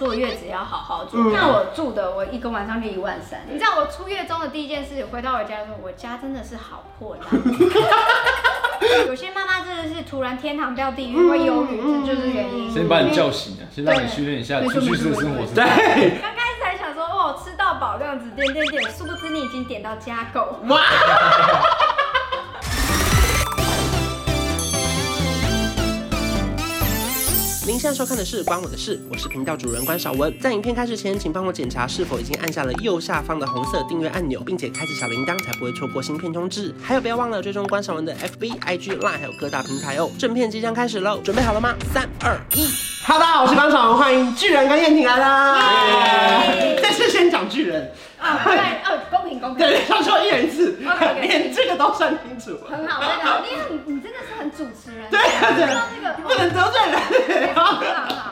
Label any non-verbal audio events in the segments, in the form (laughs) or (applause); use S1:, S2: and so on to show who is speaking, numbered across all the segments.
S1: 坐月子也要好好住。
S2: 嗯
S1: 像我住的，我一个晚上就一万三。
S3: 你知道我出月中的第一件事，回到我家的时候，我家真的是好破烂。 (laughs) 有些妈妈真的是突然天堂掉地狱，会忧郁，这就是原
S2: 嗯
S3: 因。
S4: 先把你叫醒啊，先让你训练一下
S1: 对
S4: 出去式的生活是什么。
S2: 对，
S3: 刚开始还想说哦，吃到饱这样子点点点，殊不知你已经点到家狗。
S5: 您现在收看的是《关我的事》，我是频道主人关少文。在影片开始前，请帮我检查是否已经按下了右下方的红色订阅按钮，并且开启小铃铛，才不会错过新片通知。还有，不要忘了追踪关少文的 FB、IG、Line，还有各大平台哦。正片即将开始喽，准备好了吗？三、二、一。
S2: 哈喽，大家好，我是关少文，欢迎巨人跟燕婷来啦。但是先讲巨人，
S3: 啊，对，哦，公平公平，
S2: 对，上说一人一次
S5: (laughs)
S3: OK，OK
S2: 连这个都算清楚。
S3: (laughs) 很好，真的好，你很，你真的是很主持人，
S2: 对啊对
S3: 知道
S2: 啊
S3: 那个
S2: 不能得罪人。
S3: 哦，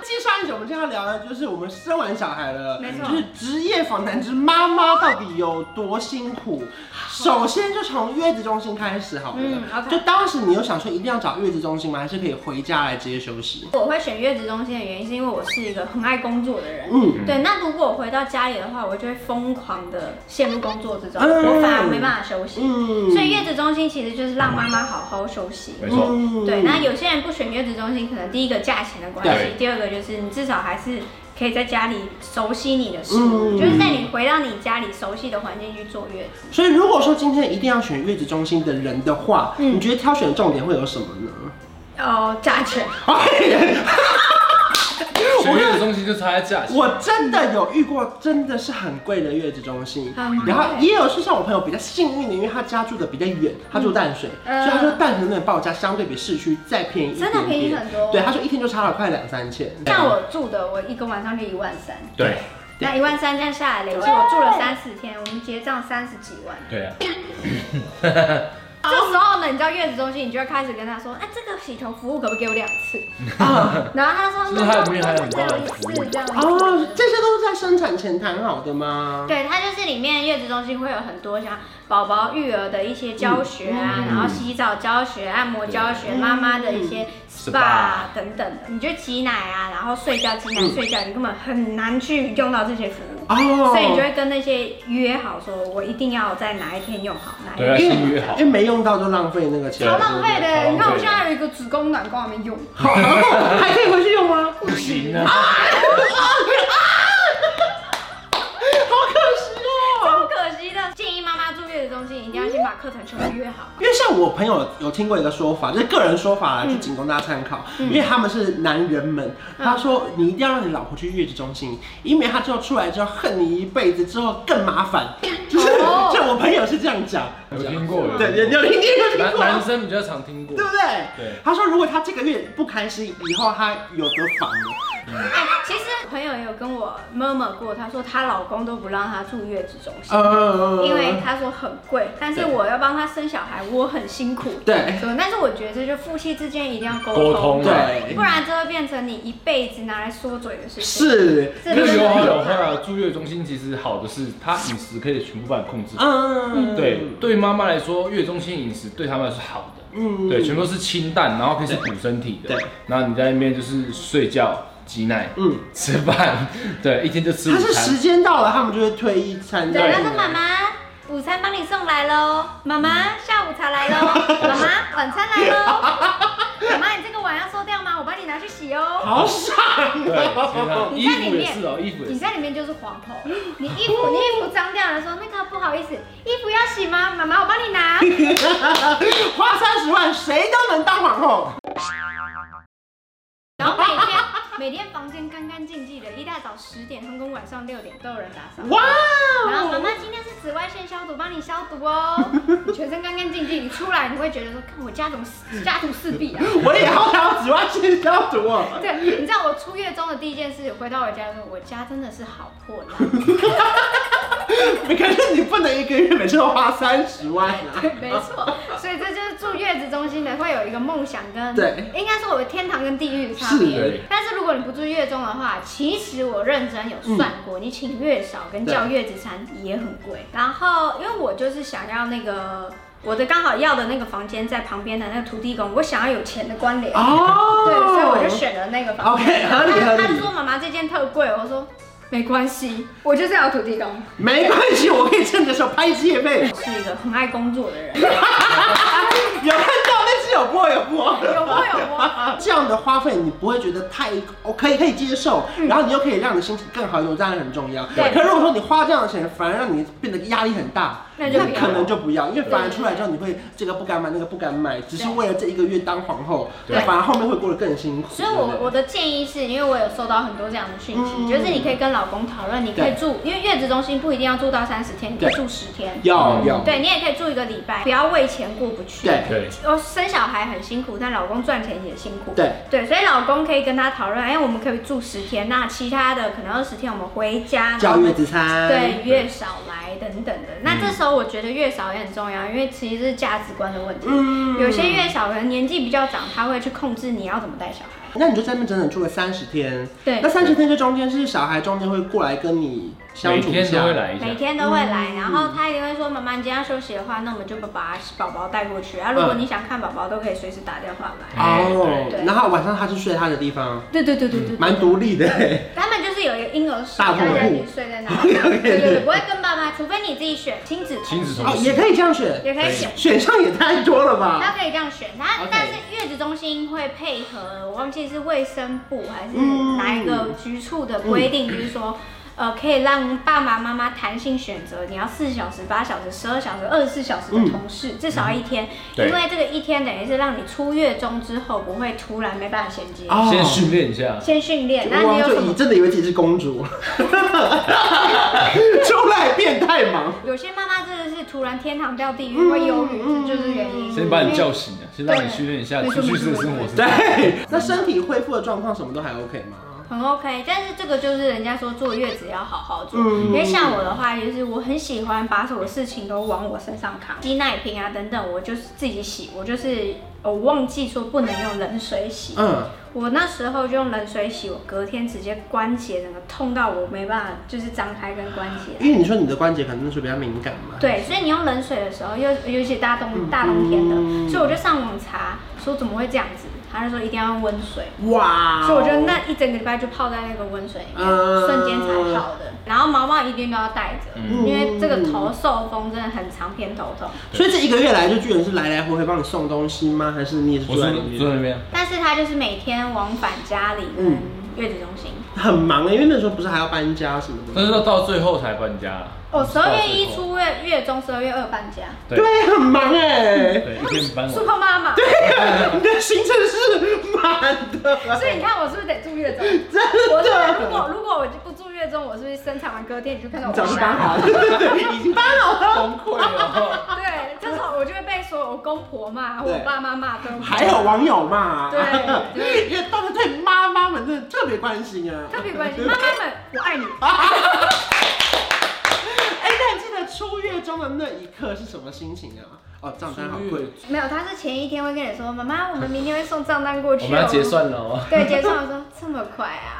S2: 其实上一集我们今天要聊的就是我们生完小孩了，
S3: 没错
S2: 就是职业访谈之妈妈到底有多辛苦。首先就从月子中心开始好了，
S3: 嗯，OK
S2: 就当时你有想说一定要找月子中心吗？还是可以回家来直接休息？
S3: 我会选月子中心的原因是因为我是一个很爱工作的人，
S2: 嗯，
S3: 对，那如果我回到家里的话，我就会疯狂的陷入工作之中，
S2: 嗯
S3: 我反而没办法休息。
S2: 嗯
S3: 所以月子中心其实就是让妈妈好好休息。
S4: 没错，
S2: 嗯
S3: 对，那有些人不选月子中心，可能第一个价钱的关系
S4: 对，
S3: 第二个就是你至少还是可以在家里熟悉你的事物，
S2: 嗯
S3: 就是在你回到你家里熟悉的环境去坐月子。
S2: 所以如果说今天一定要选月子中心的人的话，
S3: 嗯
S2: 你觉得挑选的重点会有什么呢？哎
S3: 哦，价钱，
S2: 嗯
S4: 学院的东西就差在价钱。
S2: (laughs) 我真的有遇过，真的是很贵的月子中心
S3: 很，贵
S2: 然后也有是像我朋友比较幸运的，因为他家住的比较远，他住淡水，
S3: 嗯
S2: 所以他说淡水那边报价相对比市区再便宜一点
S3: 真的便宜很多
S2: 点对，他说一天就差了快两三千。
S3: 像我住的，我一个晚上就一万三，
S4: 对
S3: 那一万三这样下来累计，我住了三四天，我们结账三十几万。
S4: 对啊，
S3: 这时候
S2: 哦
S3: 呢，你知道月子中心，你就会开始跟他说，哎、这个洗头服务可不可以给我两次？然后他说，
S4: 是不是还有里面还有很多的服
S3: 我
S4: 务
S3: 有一次这样
S2: (laughs) 哦
S3: 子。，
S2: 这些都是在生产前谈好的吗？
S3: 对，它就是里面月子中心会有很多像宝宝育儿的一些教学啊，
S2: 嗯
S3: 然后洗澡教学、按摩教学、妈妈的一
S4: 嗯
S3: 些 SPA 等等的，你就挤奶啊，然后睡觉挤奶、
S4: 嗯
S3: 睡觉，你根本很难去用到这些服务，
S2: 哦，
S3: 所以你就会跟那些约好说，我一定要在哪一天用好，哪一
S4: 对啊，先约好
S2: 哦因为。没用到就浪费那个钱，
S3: 好浪费的，你看我
S4: 对
S3: 现在有一个子宫卵光还没用，
S2: 好，然后还可以回去用吗？
S4: 不行啊，
S2: 哦
S3: 超可惜的。建议妈妈住月子中心，一定要先把课程全部约好。
S2: 因为像我朋友有听过一个说法，就是个人说法啦，就仅供大家参考。
S3: 嗯
S2: 因为他们是男人们，他说你一定要让你老婆去月子中心，以免她之后出来之后恨你一辈子，之后更麻烦。
S3: (laughs)
S2: 就是
S3: 哦
S2: 像我朋友是这样讲，
S4: 有听过有
S2: 对，你有听见有听
S4: 男
S2: 过
S4: 男
S2: 吗，
S4: 生比较常听过
S2: 对，不对？
S4: 对
S2: 他说如果他这个月不开心，以后他有得烦了。
S3: 哎， (laughs) 其实朋友也有跟我 murmur 过，她说她老公都不让她住月子中心，
S2: 呃
S3: 因为她说很贵，但是
S4: 对
S3: 我要帮她生小孩，我很辛苦。
S2: 对
S3: 所以但是我觉得这就夫妻之间一定要沟
S4: 沟
S3: 通，
S4: 通啊
S2: 对
S3: 不然这会变成你一辈子拿来说嘴的事情。
S2: 是，
S3: 这
S4: 就
S3: 真
S4: 是
S3: 的
S4: 有好
S3: 很
S4: 有
S3: 可怕
S4: 坏啊。住月中心其实好的是，它饮食可以全部帮你控制。
S2: 嗯，
S4: 对，对于妈妈来说，月中心饮食对他们来说是好的。
S2: 嗯
S4: 对，全部都是清淡，然后可以是补身体的。
S2: 对，
S4: 然后你在那边就是睡觉、挤奶、
S2: 嗯，
S4: 吃饭，对，一天就吃午
S2: 他是
S4: 餐
S2: 时。间到了，他们就会推一餐这
S3: 对，
S2: 样
S3: 她
S2: 子。
S3: 说妈妈，午餐帮你送来喽，妈妈下午茶来喽，妈妈晚餐来喽，妈妈你这个碗要收掉吗？我帮你拿去洗哦。
S2: 好爽
S4: 对，天
S2: 啊 (laughs)
S4: 啊！
S3: 你
S4: 衣
S3: 在里面
S4: 服也是哦，衣服也
S3: 你
S4: 是。
S3: 在里面就是黄头，你衣服你衣服脏掉了，说那个不好意思，衣服要洗吗？妈妈我帮你拿。
S2: (laughs) 花三十万，谁都能当皇后。
S3: 然后每天每天房间干干净净的，一大早十点通跟晚上六点都有人打扫。
S2: 哇
S3: 然后妈
S2: 哦！
S3: 妈今天是紫外线消毒，帮你消毒哦，你全身干干净净，你出来你会觉得说，看我家怎么家徒四壁啊。
S2: 我也好想要紫外线消毒哦。
S3: 对，你知道我出月中的第一件事，回到我家的时候，我家真的是好破烂。
S2: 可是你不能一个月每次都花三十万啊。
S3: 对，没错，所以这就是住月子中心的会有一个梦想跟，
S2: 对
S3: 应该说我的天堂跟地狱的差别。
S4: 是
S3: 但是如果你不住月中的话，其实我认真有算
S2: 嗯
S3: 过，你请月嫂跟叫月子餐也很贵。然后因为我就是想要那个。我的刚好要的那个房间在旁边的那个土地公，我想要有钱的关联，
S2: 哦，
S3: 对，所以我就选了那个房间。
S2: OK，合理合
S3: 他
S2: 理
S3: 他说妈妈这间特贵，我说没关系，我就是要有土地公，
S2: 没关系，我可以趁你的时候拍一支夜配。
S3: 是一个很爱工作的人，
S2: (laughs) 有看到那支有播有播。
S3: 有摸有啊摸。
S2: 这样的花费你不会觉得太哦，可以可以接受，然后你又可以让你心情更好一点，我当然很重要。
S3: 嗯对
S2: 可如果说你花这样的钱，反而让你变得压力很大，
S3: 那就不要
S2: 可能就不要，因为反而出来之后你会这个不敢买，那个不敢买，只是为了这一个月当皇后，
S4: 对
S2: 反而后面会过得更辛苦。
S3: 所以我我的建议是，因为我有收到很多这样的讯息，
S2: 嗯
S3: 就是你可以跟老公讨论，你可以
S2: 对
S3: 住，因为月子中心不一定要住到三十天，你可以
S2: 对
S3: 住十天，
S2: 要
S4: 嗯
S2: 要
S3: 对你也可以住一个礼拜，不要为钱过不去。
S2: 对
S4: 对，
S3: 哦，生小孩很辛苦，但老公赚钱也辛苦。
S2: 对
S3: 对，所以老公可以跟他讨论，哎，我们可以住十天，那其他的可能二十天我们回家，然
S2: 叫
S3: 后
S2: 月子餐，
S3: 对，月嫂来等等的。那这时候我觉得月嫂也很重要，因为其实是价值观的问题。
S2: 嗯
S3: 有些月嫂可能年纪比较长，她会去控制你要怎么带小孩。
S2: 那你就在那边整整住了三十天，
S3: 对
S2: 那三十天这中间是小孩中间会过来跟你相
S4: 每
S2: 处一
S4: 天都
S2: 下，
S4: 会来一下
S3: 每。天都会来，
S2: 嗯
S3: 然后他一定会说：“妈妈，你今天要休息的话，那我们就把宝宝带过去啊。如果
S2: 嗯
S3: 你想看宝宝，都可以随时打电话来。
S2: 哦
S4: 对
S3: 对，嗯
S2: 然后晚上他是睡他的地方，”
S3: 对对对对对，
S2: 蛮独立的欸。
S3: 他们就是有一个婴儿室，
S2: 大
S3: 大
S2: 通铺
S3: 家一起睡在那里。
S2: (laughs) OK，OK，
S3: 对对
S2: 对
S3: 对，不会跟爸妈，除非你自己选亲子
S4: 亲子
S2: 哦
S4: 同，
S2: 也
S4: 事，
S2: 可以这样选，
S3: 哎也可以选，
S2: 选项也太多了吧？
S3: 他 (laughs) 可以这样选。他
S2: OK
S3: 但是月子中心会配合，我忘记是卫生部还是
S2: 嗯
S3: 哪一个局处的规定，就是说。呃，可以让爸爸妈妈弹性选择，你要四小时、八小时、十二小时、二十四小时的同事，
S2: 嗯
S3: 至少一天，
S4: 对
S3: 因为这个一天等于是让你出月中之后不会突然没办法衔接，
S2: 哦
S4: 先训练一下。
S3: 先训练。那你
S2: 哇，
S3: 有
S2: 就
S3: 什
S2: 以
S3: 么？
S2: 真的以为自己是公 (laughs) 主，出来变态忙。
S3: 有些妈妈真的是突然天堂掉地狱，会忧郁，
S2: 嗯
S3: 这就是原因。
S4: 先把你叫醒啊，先让你训练一下
S3: 对
S4: 出去式的生活是。
S2: 对，那身体恢复的状况什么都还 OK 吗？
S3: 很 OK，但是这个就是人家说坐月子要好好坐，
S2: 嗯
S3: 因为像我的话，就是我很喜欢把所有事情都往我身上扛，挤奶瓶啊等等，我就是自己洗，我就是我忘记说不能用冷水洗，
S2: 嗯，
S3: 我那时候就用冷水洗，我隔天直接关节整个痛到我没办法，就是张开跟关节。
S2: 因为你说你的关节可能那时候比较敏感嘛。
S3: 对，所以你用冷水的时候，尤尤其大冬大冬天的，所以我就上网查说怎么会这样子，他就说一定要用温水。
S2: 哇哦
S3: 所以我觉得那一整个礼拜就泡在那个温水里面，
S2: 嗯
S3: 瞬间才好的。然后毛毛一定都要带着，因为这个头受风真的很常偏头痛。
S2: 所以这一个月来就居然是来来回回帮你送东西吗？还是你也是
S4: 我
S2: 住
S4: 坐
S2: 在
S4: 在
S2: 里面
S4: 坐在那边，
S3: 但是他就是每天往返家里跟
S2: 嗯
S3: 月子中心。
S2: 很忙欸因为那时候不是还要搬家什么的吗。
S4: 但是到到最后才搬家。
S3: 哦，十二月
S4: 到
S3: 一
S4: 最后，
S3: 出月月中，十二月二搬家，
S4: 对
S2: 对，很忙
S4: (laughs)
S2: 哎，
S4: 对，一天搬完。
S3: super 妈妈。
S2: (laughs) 你的行程是满的。
S3: 所以你看我是不是得住月中？
S2: 真的
S3: 我是不是如果如果我就不住月中，我是不是生产完隔天你就看到我
S2: 早就
S3: 瞎
S2: 搬好了， (laughs) 对，已经搬好了。
S4: 崩溃哦 (laughs) 了。
S3: 对，这时候我就会被所有公婆骂，
S2: 对
S3: 我爸妈骂，都
S2: 还有网友骂，
S3: 对对
S2: 因为大家对妈妈们真的特别关心啊。
S3: 特别关心妈妈们，我爱你。
S2: 哎，那你记得出月中的那一刻是什么心情啊？哦，账单好
S4: (laughs)
S2: 贵。
S3: 没有，他是前一天会跟你说，妈妈，我们明天会送账单过去、
S4: 我
S3: 哦。
S4: 们要结。算了哦。
S3: 对，结算。我说这么快啊？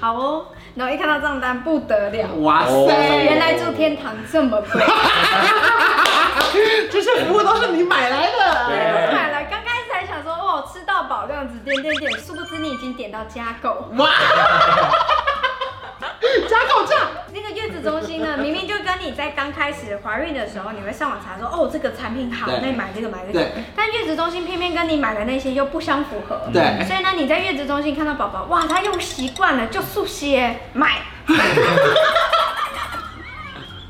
S3: 好哦。然后一看到账单，不得了，
S2: 哇塞，
S3: 原来住天堂这么贵。
S2: 这些服务都是你买来的。
S3: 对，我是买了，刚开始还想说，哦，吃到饱这样子，点点点，殊不知你已经点到加购。
S2: (laughs) 哇，加购价，
S3: 那个月子中心
S2: (laughs)
S3: 呢，明明就跟你在刚开始怀孕的时候，你会上网查说，哦，这个产品好，
S2: 对
S3: 那你买这个买这个
S2: 对。
S3: 但月子中心偏偏跟你买的那些又不相符合。
S2: 对，
S3: 所以呢，你在月子中心看到宝宝，哇，他用习惯了，就速写
S2: (laughs)
S3: 买，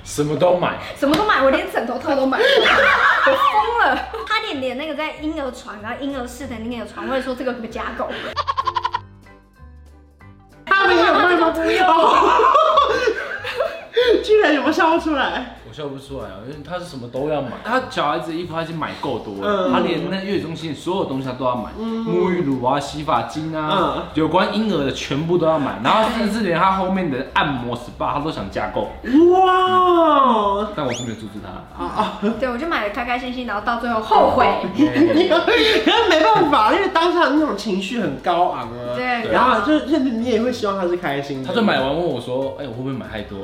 S4: 什么都买，
S3: 什么都买，我连枕头套都买了，我疯了。他连连那个在婴儿床，然后婴儿室的婴儿床位说这个加购，
S2: 他们也有卖吗？不用，居然有没有笑出来？
S4: 我笑不出来啊，因为他是什么都要买。他小孩子的衣服他已经买够多了，
S2: 嗯
S4: 他连那月子中心所有东西他都要买，沐浴乳啊、洗发精啊，有关婴儿的全部都要 (laughs) 买，然后甚至连他后面的按摩 SPA 他都想加购，
S2: 哇哦！
S4: 但我是没有阻止 (laughs) 他。
S3: 对我就买的开开心心，然后到最后后
S2: (laughs)
S3: 悔。
S2: 可是没办法，因为当下那种情绪很高昂啊。
S3: 对
S2: 然后就是你也会希望他是开心的。
S4: 他就买完问我说：“哎，我会不会买太多？”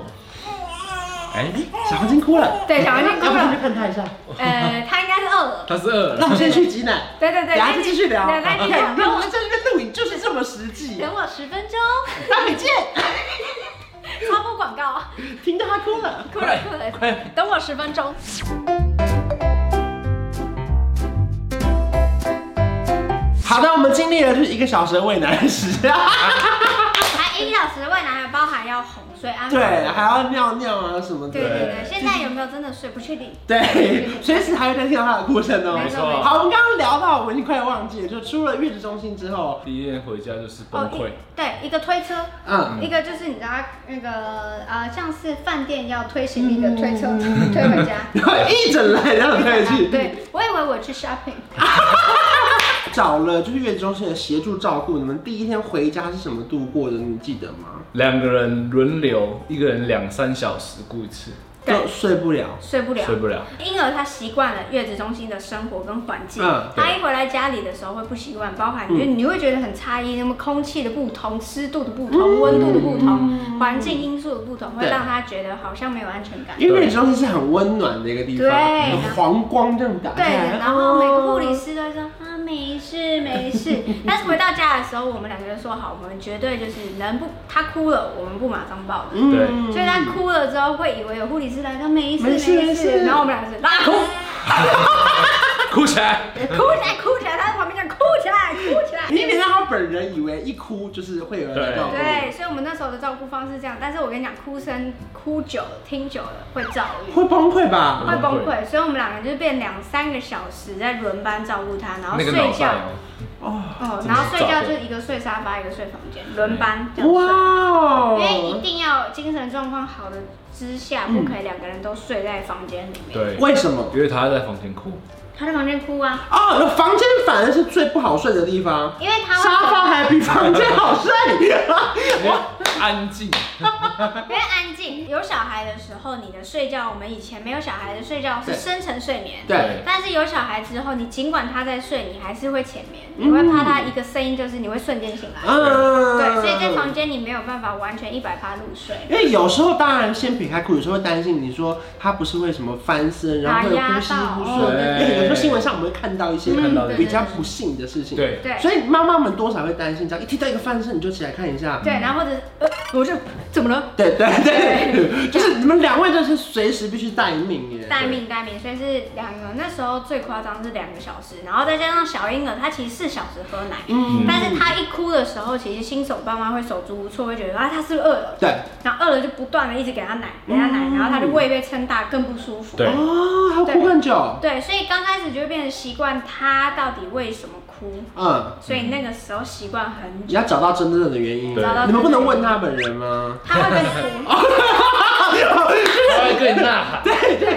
S4: 哎，
S2: 小黄金哭了，
S3: 对，小黄金哭
S2: 要不先
S3: 了
S2: 去。看他一下。
S3: 呃，他应该是饿了。
S4: 他是饿
S2: 那我
S4: 了，
S2: 们先去挤奶，
S3: 对 (laughs) 对对，
S2: 等下再
S3: 那
S2: 继续聊。
S3: 对那
S2: 你
S3: 你 (laughs)
S2: 看，
S3: 等
S2: 录
S3: 我
S2: 在这边录影就是这么实际。
S3: 等我十分钟，
S2: 那你见，
S3: 插播广告，
S2: 听到他哭了。
S3: 哭了哭了，
S4: 快，
S3: 等我十分钟。
S2: 好的，我们经历了就是一个小时的喂奶的时 (laughs) 间，
S3: 还一个小时的喂奶还包含要哄睡安抚。
S2: 对，还要尿尿啊什么的。
S3: 对对对，现在有没有真的睡不确定？
S2: 对，随时还会再听到他的哭声哦。
S3: 没
S4: 错
S2: 好，我们刚刚聊到，我已经快忘记了，就出了月子中心之后，
S4: 第一天回家就是崩溃，
S3: 哦一对一个推车，
S2: 嗯，
S3: 一个就是你知道那个呃，像是饭店要推行李的
S2: 嗯
S3: 推车、推回家。
S2: 然后 (laughs) 一整来这样推 (laughs) 去，，
S3: 啊 (laughs) 对，我以为我去 shopping，
S2: 找了就是月子中心的协助照顾。你们第一天回家是什么度过的？你记得吗？
S4: 两个人轮流，一个人两三小时顾一次，
S3: 对
S2: 就睡不了，
S3: 睡不了
S4: 睡。不了。
S3: 婴儿他习惯了月子中心的生活跟环境，
S2: 嗯
S4: 对
S3: 他一回来家里的时候会不习惯，包含就是你会觉得很诧异，那么空气的不同、湿度的不同、温度的不同、环境因素的不同，会
S2: 对
S3: 让他觉得好像没有安全感。
S2: 因为月子中心是很温暖的一个地方，
S3: 对
S2: 有黄光这样打下
S3: 对
S2: 来，，
S3: 然后每个护理师都会说啊没事没事，但是回到家的时候，我们两个就说好，我们绝对就是能不他哭了，我们不马上抱
S2: 嗯
S3: 的。
S4: 对
S3: 所以他哭了之后，会以为有护理师来说没事
S2: 没事没
S3: 没
S2: 事
S3: 事，然后我们两个是拉哭，
S4: 哭起来，
S3: 哭起来哭起来，他在旁边这样哭起来哭起来。
S2: 你没让他本人以为一哭就是会有人来照顾
S3: 对，
S2: 你，
S3: 所以我们那时候的照顾方式是这样，但是我跟你讲，哭声哭久了，听久了会躁郁，
S2: (laughs) 会崩溃吧？
S3: 会崩溃，所以我们两个就是变两三个小时在轮班照顾他，然后
S4: 那个
S3: 睡
S4: 脑
S3: 觉
S4: 袋，哦，
S3: 哦，
S4: 真的
S3: 然后
S4: 是
S3: 睡
S4: 照
S3: 觉
S4: 顾
S3: 就是一个睡沙发，一个睡房间，轮班这样哎睡。
S2: 哇
S3: 因为一
S2: 哦，
S3: 定要精神状况好的之下，不可以两个人都睡在房间里面。，
S4: 对，
S2: 为什么？
S4: 因为他在房间哭，
S3: 他在房间哭啊，
S2: 哦，有房间反而是最不好睡的地方。
S3: 因为他
S2: 沙发
S3: 会
S2: 还比房间好
S3: (laughs)
S2: 睡。
S4: 安静，
S3: 因为安静。有小孩的时候，你的睡觉，我们以前没有小孩的睡觉是
S2: 对
S3: 深层睡眠。
S2: 对，
S3: 但是有小孩之后，你尽管他在睡，你还是会浅眠，你会怕他一个声音就是你会瞬间醒来。
S2: 嗯，
S3: 对，所以在房间你没有办法完全一百趴入睡。
S2: 因为有时候当然先撇开哭，有时候会担心你说他不是为什么翻身，然后会有呼吸不
S3: 啊
S2: 顺，
S4: 打压到
S2: 因为有时候新闻上我们会看到一些
S4: 看到
S3: 哦嗯对
S2: 比较不幸的事情。，
S4: 对，
S3: 对
S2: 所以妈妈们多少会担心，这样一听到一个翻身你就起来看一下。
S3: 对，然后或者是呃，我就 (laughs) 怎么了？
S2: 对对对，就是你们两位就是随时必须待命耶。
S3: 待命待命，所以是两个。那时候最夸张是两个小时，然后再加上小婴儿，他其实四小时喝奶，
S2: 嗯，
S3: 但是他一哭的时候，其实新手爸妈会手足无措，会觉得啊他是不是饿了，
S2: 对。
S3: 然后饿了就不断的一直给他奶，给他奶，然后他的胃被撑大，更不舒服。
S4: 对
S2: 哦，还要哭很久。
S3: 对，所以刚开始就会变成习惯他到底为什么哭，
S2: 嗯，
S3: 所以那个时候习惯很
S2: 你
S3: 久，
S2: 要找到真正的原因。
S4: 对
S2: 你们不能问他本人吗？
S3: 他会被哭，
S4: 他会跟你呐喊，
S2: 对对